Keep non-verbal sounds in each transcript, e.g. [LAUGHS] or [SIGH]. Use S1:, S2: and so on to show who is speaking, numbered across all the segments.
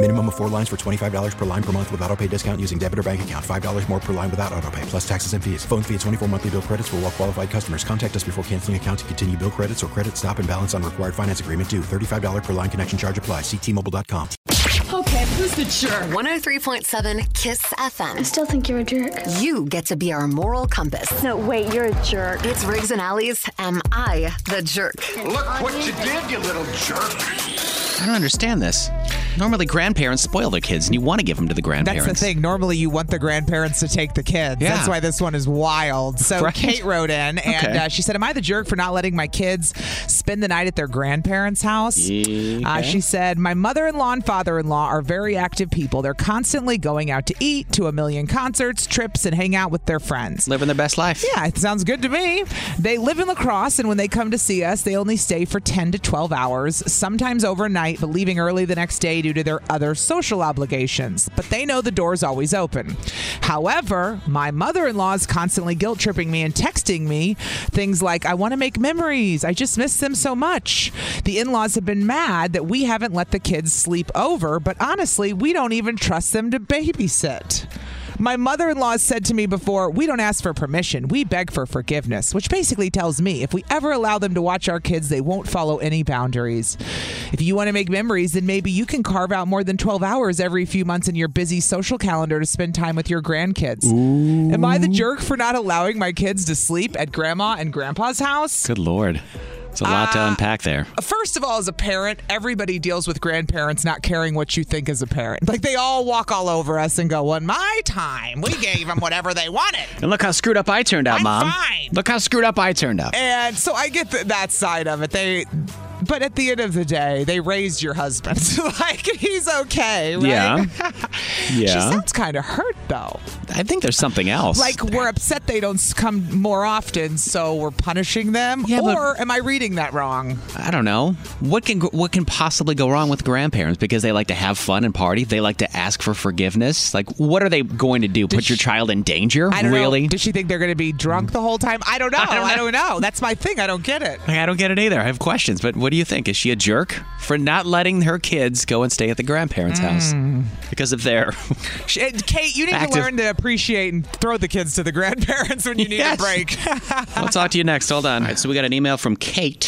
S1: Minimum of four lines for $25 per line per month with auto pay discount using debit or bank account. $5 more per line without auto pay, plus taxes and fees. Phone fee at 24 monthly bill credits for all well qualified customers. Contact us before canceling account to continue bill credits or credit stop and balance on required finance agreement due. $35 per line connection charge apply. Ctmobile.com.
S2: Okay, who's the jerk?
S3: 103.7 KISS FM.
S4: I still think you're a jerk.
S3: You get to be our moral compass.
S4: No, wait, you're a jerk.
S3: It's Riggs and Allies. Am I the jerk?
S5: Look what you did, you little jerk.
S6: I don't understand this. Normally, grandparents spoil their kids, and you want to give them to the grandparents.
S7: That's the thing. Normally, you want the grandparents to take the kids.
S6: Yeah.
S7: That's why this one is wild. So
S6: Right.
S7: Kate wrote in, and
S6: Okay.
S7: uh, she said, "Am I the jerk for not letting my kids spend the night at their grandparents' house?" Uh, she said, "My mother-in-law and father-in-law are very active people. They're constantly going out to eat, to a million concerts, trips, and hang out with their friends.
S6: Living their best life.
S7: Yeah, it sounds good to me. They live in lacrosse, and when they come to see us, they only stay for 10 to 12 hours, sometimes overnight, but leaving early the next day due to their other social obligations. But they know the door's always open. However, my mother in law is constantly guilt tripping me and texting me things like, I want to make memories. I just miss them so much. The in laws have been mad that we haven't let the kids sleep over, but honestly, we don't even trust them to babysit. My mother in law said to me before, We don't ask for permission, we beg for forgiveness, which basically tells me if we ever allow them to watch our kids, they won't follow any boundaries. If you want to make memories, then maybe you can carve out more than 12 hours every few months in your busy social calendar to spend time with your grandkids. Am I the jerk for not allowing my kids to sleep at grandma and grandpa's house?
S6: Good lord. It's a lot to unpack there.
S7: First of all, as a parent, everybody deals with grandparents not caring what you think as a parent. Like they all walk all over us and go, "Well, in my time, we gave them whatever they wanted."
S6: And look how screwed up I turned out, Mom. Look how screwed up I turned out.
S7: And so I get th- that side of it. They, but at the end of the day, they raised your husband. [LAUGHS] like he's okay, right? [LAUGHS]
S6: Yeah. Yeah.
S7: She sounds kind of hurt though.
S6: I think there's something else.
S7: Like we're upset they don't s- come more often, so we're punishing them.
S6: but-
S7: or am I reading that wrong?
S6: I don't know. What can what can possibly go wrong with grandparents because they like to have fun and party? They like to ask for forgiveness. Like what are they going to do? Put your child in danger?
S7: I don't
S6: really?
S7: know. Does she think they're going to be drunk the whole time?
S6: [LAUGHS]
S7: I don't know. I don't know. That's my thing. I don't get it.
S6: Like, I don't get it either. I have questions, but what do you think? Is she a jerk for not letting her kids go and stay at the grandparents' house because of their
S7: Hmm. [LAUGHS] She- and Kate, you need
S6: Active.
S7: to learn to appreciate and throw the kids to the [LAUGHS] grandparents when you need
S6: Yes.
S7: a break.
S6: I'll talk to you next. Hold on. All right, so we got an email from Kate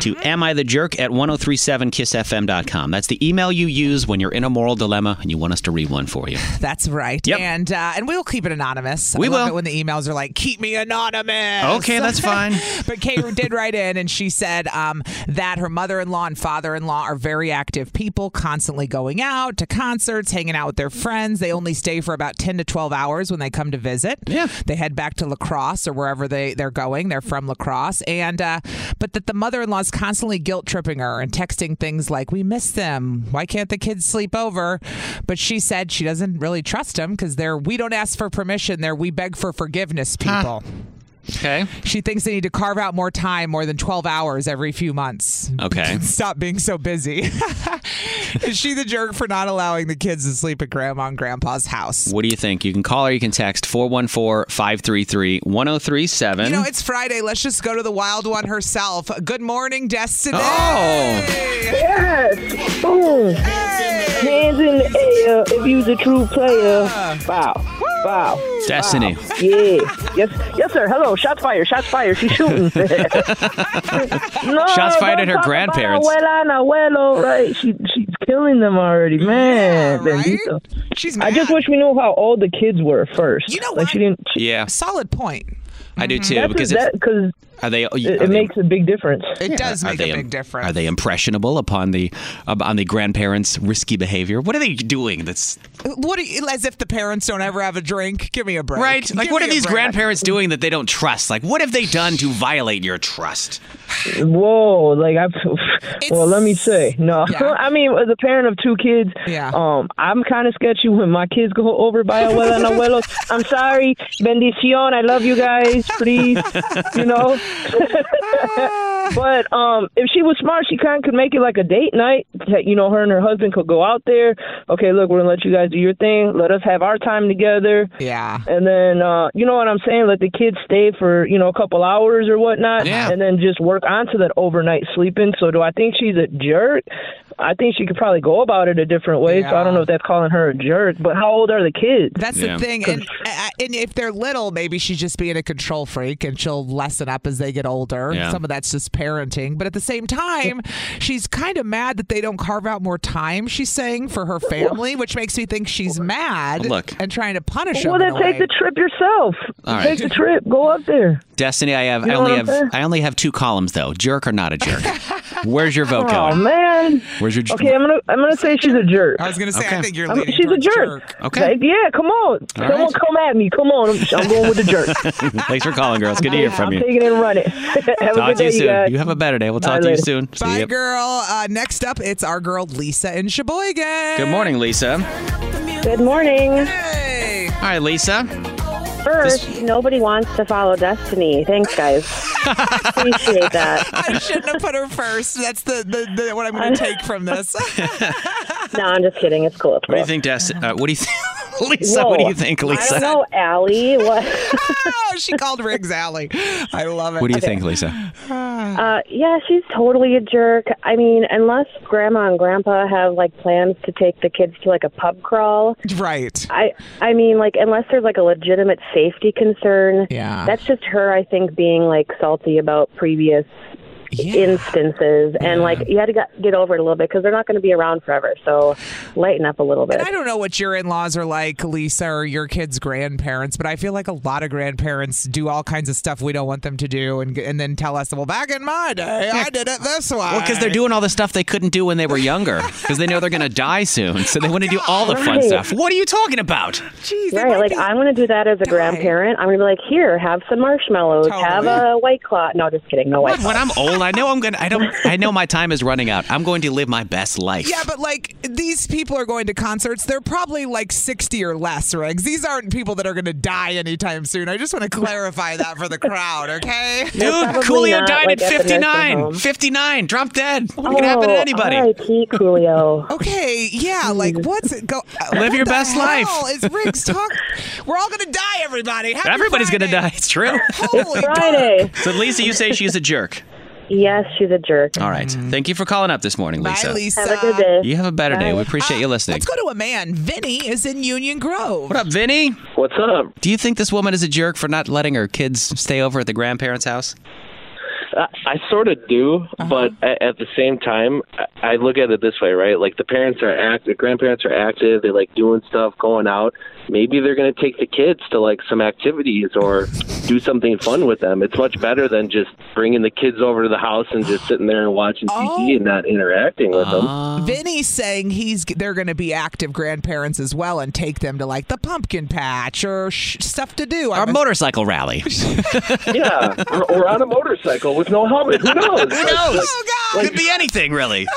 S6: to am I the jerk at 1037kissfm.com. That's the email you use when you're in a moral dilemma and you want us to read one for you.
S7: [LAUGHS] That's right.
S6: Yep.
S7: And uh, and we will keep it anonymous.
S6: We
S7: I love
S6: will.
S7: it when the emails are like, "Keep me anonymous."
S6: Okay,
S7: [LAUGHS]
S6: that's fine.
S7: but Kate
S6: [LAUGHS]
S7: did write in, and she said um, that her mother-in-law and father-in-law are very active people, constantly going out to concerts, hanging out with their friends. They only stay for about ten to twelve hours when they come to visit. Yeah, they head back to Lacrosse or wherever they they're going. They're from Lacrosse, and uh, but that the mother-in-law is constantly guilt tripping her and texting things like, "We miss them. Why can't the kids sleep over?" But she said she doesn't really trust them because they're we don't ask for permission. They're we beg for forgiveness people.
S6: Okay.
S7: She thinks they need to carve out more time, more than 12 hours every few months.
S6: Okay.
S7: [LAUGHS] Stop being so busy. [LAUGHS] Is she the jerk for not allowing the kids to sleep at grandma and grandpa's house?
S6: What do you think? You can call or you can text 414 533 1037.
S7: You know, it's Friday. Let's just go to the wild one herself. Good morning, Destiny.
S6: Oh!
S8: Yes. Boom. Hands in the air uh, if you's a true player. Wow. Wow.
S6: Destiny.
S8: Yeah. Yes. Yes, sir. Hello. Shots fired. Shots fired. She's
S6: [LAUGHS]
S8: shooting. [LAUGHS] no,
S6: Shots fired
S8: don't
S6: at
S8: talk
S6: her
S8: about
S6: grandparents.
S8: Abuela and abuelo. Right. She, she's killing them already. Man. Bendito.
S7: She's
S8: I just wish we knew how old the kids were first. You know what? Like she didn't.
S6: Yeah.
S7: Solid point.
S6: I do too.
S8: That's-
S6: because
S8: that-
S6: if,
S8: 'cause
S6: are they? Are
S8: it,
S6: they-
S8: it makes a big difference. It
S7: does
S6: are they, difference. Are they impressionable upon the up- on the grandparents' risky behavior? What are they doing? That's
S7: What do you, as if the parents don't ever have a drink? Give me a break.
S6: right. Like,
S7: Give
S6: what
S7: me
S6: are
S7: a
S6: these
S7: break.
S6: grandparents doing that they don't trust? Like, what have they done to violate your trust?
S8: Whoa, like I well, let me say. No. [LAUGHS] I mean, as a parent of two kids,
S7: yeah.
S8: um, I'm kind of sketchy when my kids go over by abuela and
S7: [LAUGHS]
S8: abuelos. I'm sorry. Bendición. I love you guys. Please, you know. [LAUGHS] but um, if she was smart, she kind of could make it like a date night. That, you know, her and her husband could go out there. Okay, look, we're gonna let you guys do your thing. Let us have our time together.
S7: Yeah.
S8: And then, uh, you know what I'm saying? Let the kids stay for, you know, a couple hours or whatnot.
S6: Yeah.
S8: And then just work onto that overnight sleeping. So, do I think she's a jerk? I think she could probably go about it a different way. So, I don't know if that's calling her a jerk. But how old are the kids?
S7: That's the thing. And, I- I- and if they're little, maybe she's just being a control freak and she'll lessen up as they get older.
S8: Yeah.
S7: Some of that's just parenting. But at the same time, she's kind of mad that they don't carve out more time, she's saying,
S8: [LAUGHS]
S7: for her family, which makes me think she's mad
S6: Look.
S7: and trying to punish
S8: well,
S7: them.
S8: then
S7: in a
S8: take
S7: way.
S8: the trip yourself.
S6: All right.
S8: Take the trip. Go up there.
S6: Destiny, I have
S8: You
S6: I
S8: know
S6: only
S8: what
S6: have
S8: I'm saying?
S6: I only have two columns though. Jerk or not
S8: [LAUGHS]
S6: a jerk. Where's your vote
S8: Oh,
S6: going?
S8: man.
S6: Where's your-
S8: Okay,
S6: [LAUGHS]
S8: I'm gonna I'm gonna say she's a jerk.
S7: I was gonna say, I think you're
S8: I'm-
S7: leaning
S8: she's a
S7: towards
S8: jerk.
S6: Okay.
S8: Like, yeah, come on.
S6: All
S8: Someone
S6: right.
S8: come at me. Come on. I'm, I'm going with the
S6: [LAUGHS]
S8: jerk.
S6: Thanks for calling, girls. Good to hear from
S8: I'm
S6: you.
S8: taking it [LAUGHS] and running. have a
S6: Talk
S8: good
S6: to
S8: day,
S6: you
S8: you guys.
S6: soon. You have a better day. We'll
S7: Bye
S6: talk to you
S7: later.
S6: soon. See
S7: Bye,
S6: ya.
S7: girl. Uh, next up, it's our girl Lisa in Sheboygan.
S6: Good morning, Lisa.
S9: Good morning.
S6: All right, Lisa.
S9: First, nobody wants to follow Destiny. Thanks, guys. Appreciate that.
S7: [LAUGHS] I shouldn't have put her first. That's the, the, the what I'm going to take from this.
S9: [LAUGHS]
S7: [LAUGHS]
S9: No, I'm just kidding. It's cool. It's
S6: What do you
S9: cool.
S6: think, Destiny? Uh, what do you [LAUGHS] think, Lisa? What do you think, Lisa?
S9: I don't know, Allie. What?
S7: [LAUGHS] she called Riggs Alley. I love it.
S6: What do you think, Lisa?
S9: Uh, yeah, she's totally a jerk. I mean, unless Grandma and Grandpa have like plans to take the kids to like a pub crawl.
S7: Right.
S9: I I mean, like unless there's like a legitimate safety concern.
S7: Yeah.
S9: That's just her, I think, being like salty about previous. instances and like you had to get get over it a little bit because they're not going to be around forever so lighten up a little bit
S7: I don't know what your in laws are like, Lisa, or your kids' grandparents, but I feel like a lot of grandparents do all kinds of stuff we don't want them to do and, and then tell us, well, back in my day, I did it this way.
S6: Well, because they're doing all the stuff they couldn't do when they were younger, because they know they're going to die soon, so they want to do all the fun
S9: Right.
S6: stuff. What are you talking about?
S9: right, like I'm going to do that as a grandparent. I'm going to be like, here, have some marshmallows, have a white claw. No, just kidding, no white
S6: What?
S9: claw.
S6: When I'm old, I know I'm gonna. I don't. I know my time is running out. I'm going to live my best life.
S7: Yeah, but like these people are going to concerts. They're probably like 60 or less, Riggs. These aren't people that are going to die anytime soon.
S9: [LAUGHS]
S7: I just want to clarify that for the crowd, okay?
S6: Dude, Coolio died at 59. 59, drop dead. What
S9: Oh,
S6: can happen to anybody?
S9: R.I.P. Coolio.
S7: [LAUGHS] Okay, yeah, like what's it go?
S6: Live
S7: what
S6: your
S7: the
S6: best life.
S7: hell Is Riggs talk? We're all gonna die, everybody. Happy
S6: Everybody's going to die. It's true.
S9: [LAUGHS]
S7: Holy
S9: Friday.
S6: so, Lisa, you say she's a jerk.
S9: Yes, she's a jerk.
S6: All right. Thank you for calling up this morning, Lisa.
S7: Lisa.
S9: Have a good day.
S6: You have a better day. We appreciate you listening.
S7: Let's go to a man. Vinny is in Union Grove.
S6: What up, Vinny?
S10: What's up?
S6: Do you think this woman is a jerk for not letting her kids stay over at the grandparents' house?
S10: I, I sort of do, but a- at the same time, I, I look at it this way, right? Like the parents are active, grandparents are active. They like doing stuff, going out. Maybe they're gonna take the kids to like some activities or do something fun with them. It's much better than just bringing the kids over to the house and just sitting there and watching TV and not interacting with
S6: Uh.
S10: them.
S7: Vinny's Oh. saying he's they're going to be active grandparents as well and take them to like the pumpkin patch or sh- stuff to do.
S6: Our motorcycle rally.
S10: yeah,
S6: [LAUGHS]
S10: or, or on a motorcycle with no helmet. Who knows?
S6: Who knows?
S7: [LAUGHS] Oh,
S6: Could be anything, really.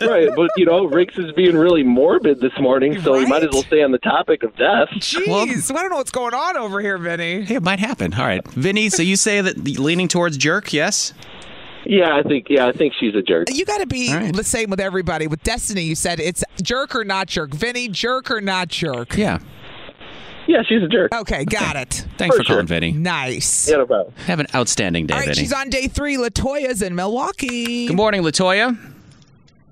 S10: right, but you know, Riggs is being really morbid this morning, so we might as well stay on the topic of death.
S7: Jeez, I don't know what's going on over here, Vinny.
S6: Hey, it might happen. All right. Vinny, so you say that leaning towards jerk, yes?
S10: Yeah, I think yeah, I think she's a jerk.
S7: You got to be the same with everybody. With Destiny, you said it's jerk or not jerk. Vinny, jerk or not jerk.
S6: Yeah.
S10: Yeah, she's a jerk.
S7: Okay, got it.
S6: Thanks for, calling, Vinny.
S7: Nice.
S10: Yeah, no problem.
S6: Have an outstanding day,
S7: All right,
S6: Vinny.
S7: she's on day three. Latoya's in Milwaukee.
S6: Good morning, Latoya.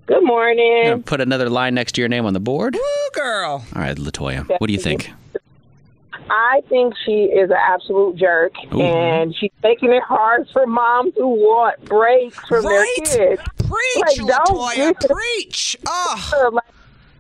S9: Good morning.
S6: Gonna put another line next to your name on the board.
S7: Woo, girl.
S6: All right, Latoya. What do you think?
S11: I think she is an absolute jerk,
S6: Ooh.
S11: and she's making it hard for moms who want breaks from
S7: Right?
S11: their kids.
S7: Preach,
S11: Like, don't
S7: Latoya.
S11: do-
S7: [LAUGHS] Preach. Oh.
S11: Like,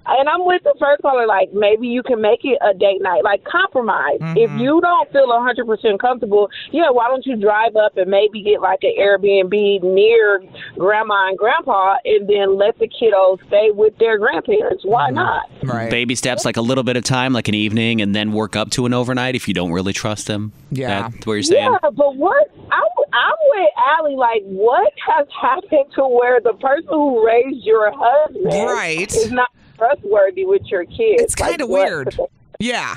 S7: and I'm with the first caller. Like maybe you can make it a date night. Like compromise.
S3: Mhm.
S7: If you don't feel 100 percent comfortable, yeah, why don't you drive up and maybe get like an Airbnb near grandma and grandpa, and then let the kiddos stay with their grandparents. Why not?
S3: Right.
S6: Baby steps, like a little bit of time, like an evening, and then work up to an overnight if you don't really trust them.
S3: Yeah.
S6: That's what you're saying?
S7: Yeah, but what I'm, I'm with Allie. Like, what has happened to where the person who raised your husband
S3: Right.
S7: is not trustworthy with your kids?
S3: It's kind of weird. Yeah.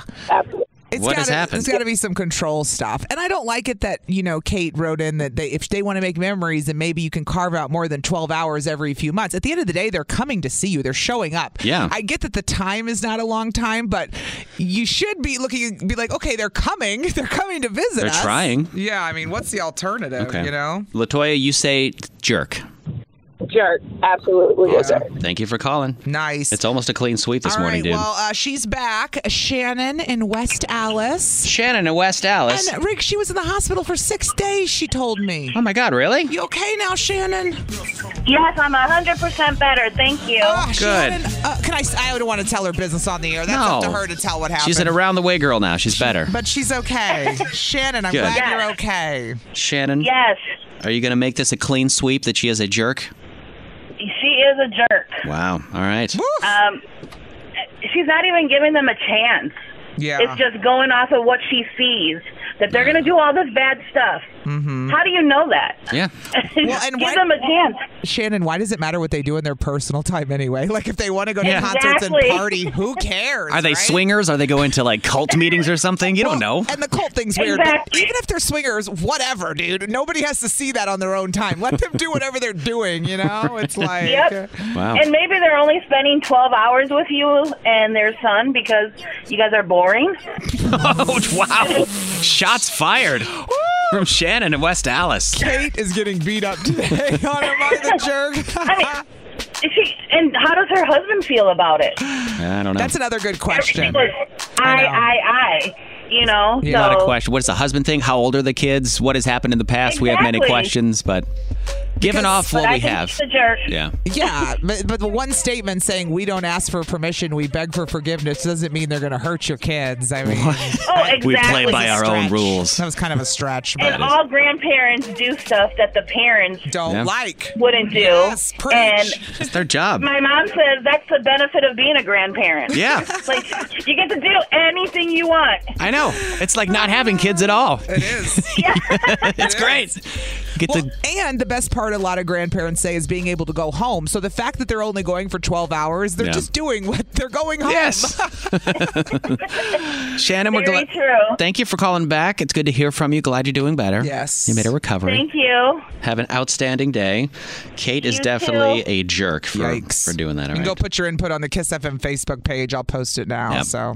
S3: It's
S6: What
S3: gotta,
S6: has happened?
S3: There's got to be some control stuff, and I don't like it that you know Kate wrote in that they, if they want to make memories, then maybe you can carve out more than 12 hours every few months. At the end of the day, they're coming to see you. They're showing up.
S6: Yeah.
S3: I get that the time is not a long time, but you should be looking, be like, okay, they're coming. [LAUGHS] They're coming to visit.
S6: They're
S3: us.
S6: trying.
S3: Yeah. I mean, what's the alternative?
S6: Okay.
S3: You know.
S6: Latoya, you say jerk.
S7: Jerk. Absolutely. a jerk.
S6: Thank you for calling.
S3: Nice.
S6: It's almost a clean sweep this
S3: All
S6: morning,
S3: right.
S6: dude.
S3: Well, uh, she's back. Shannon in West Alice.
S6: Shannon in West Alice.
S3: And Rick, she was in the hospital for six days. She told me.
S6: Oh my God, really?
S3: You okay now, Shannon?
S12: Yes, I'm 100% better. Thank you.
S3: Ah, Shannon, uh, can I? s- I don't want to tell her business on the air. That's up to
S6: No.
S3: her to tell what happened.
S6: She's an around the way girl now. She's better.
S3: but she's okay. Shannon, I'm
S6: Good.
S3: glad
S6: Yes.
S3: you're okay.
S6: Shannon?
S12: Yes.
S6: Are you going to make this a clean sweep that she is a jerk?
S12: She is a jerk.
S6: Wow. All right.
S12: Um, she's not even giving them a chance.
S6: Yeah.
S12: It's just going off of what she sees that they're going to do all this bad stuff.
S3: Mm-hmm.
S12: How do you know that?
S6: Yeah.
S12: Give them a chance.
S3: Shannon, why does it matter what they do in their personal time anyway? [LAUGHS] Like if they want to go to
S6: Yeah.
S3: concerts
S12: Exactly.
S3: and party, who cares?
S6: Are they Oh, swingers? Are they going to like cult meetings or something? You don't know.
S3: [LAUGHS] And the cult thing's weird. but Even if they're swingers, whatever, dude. Nobody has to see that on their own time. Let them do whatever
S12: [LAUGHS]
S3: they're doing, you know?
S6: [LAUGHS]
S3: It's like.
S12: Yep.
S7: uh,
S6: Wow.
S12: And maybe they're only spending 12 hours with you and their son because
S3: [LAUGHS]
S12: you guys are boring.
S6: oh, wow. Shots fired from Shannon in West Alice.
S3: Kate is getting beat up today on Am I the Jerk?
S12: [LAUGHS] I mean, is she, and how does her husband feel about it?
S6: I don't know.
S3: That's another good question.
S12: Because I, I, I, you know?
S6: A lot
S12: so-
S6: of questions. What is the husband thing? How old are the kids? What has happened in the past? We have many
S12: Exactly.
S6: questions, but giving off
S3: But
S6: what
S3: I
S6: we
S3: think
S6: have.
S3: she's a jerk.
S6: Yeah.
S3: Yeah, but, but the one statement saying we don't ask for permission, we beg for forgiveness doesn't mean they're going to hurt your kids. I mean,
S12: Oh, exactly.
S6: We play by our own
S3: Stretch.
S6: rules.
S3: That was kind of a stretch, but
S12: And all grandparents do stuff that the parents
S3: don't
S6: Yeah.
S3: like
S12: wouldn't do. and
S6: It's their job.
S12: my mom says that's the benefit of being a grandparent.
S6: Yeah.
S12: like you get to do anything you want.
S6: I know. It's like not having kids at all. [LAUGHS]
S3: it is.
S6: it's great. Get
S3: Well,
S6: to
S3: and the best part a lot of grandparents say is being able to go home. So the fact that they're only going for 12 hours, they're
S6: Yeah.
S3: just doing what they're going [LAUGHS] home.
S6: Yes. [LAUGHS] Shannon, we're
S12: Very
S6: glad.
S12: true.
S6: Thank you for calling back. It's good to hear from you. Glad you're doing better.
S3: Yes.
S6: You made a recovery.
S12: Thank you.
S6: Have an outstanding day. Kate is
S12: You
S6: definitely
S12: too.
S6: a jerk for,
S3: Yikes.
S6: for doing that.
S3: You
S6: All
S3: can
S6: right.
S3: go put your input on the Kiss FM Facebook page. I'll post it now.
S6: Yep.
S3: So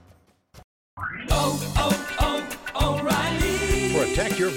S13: Protect your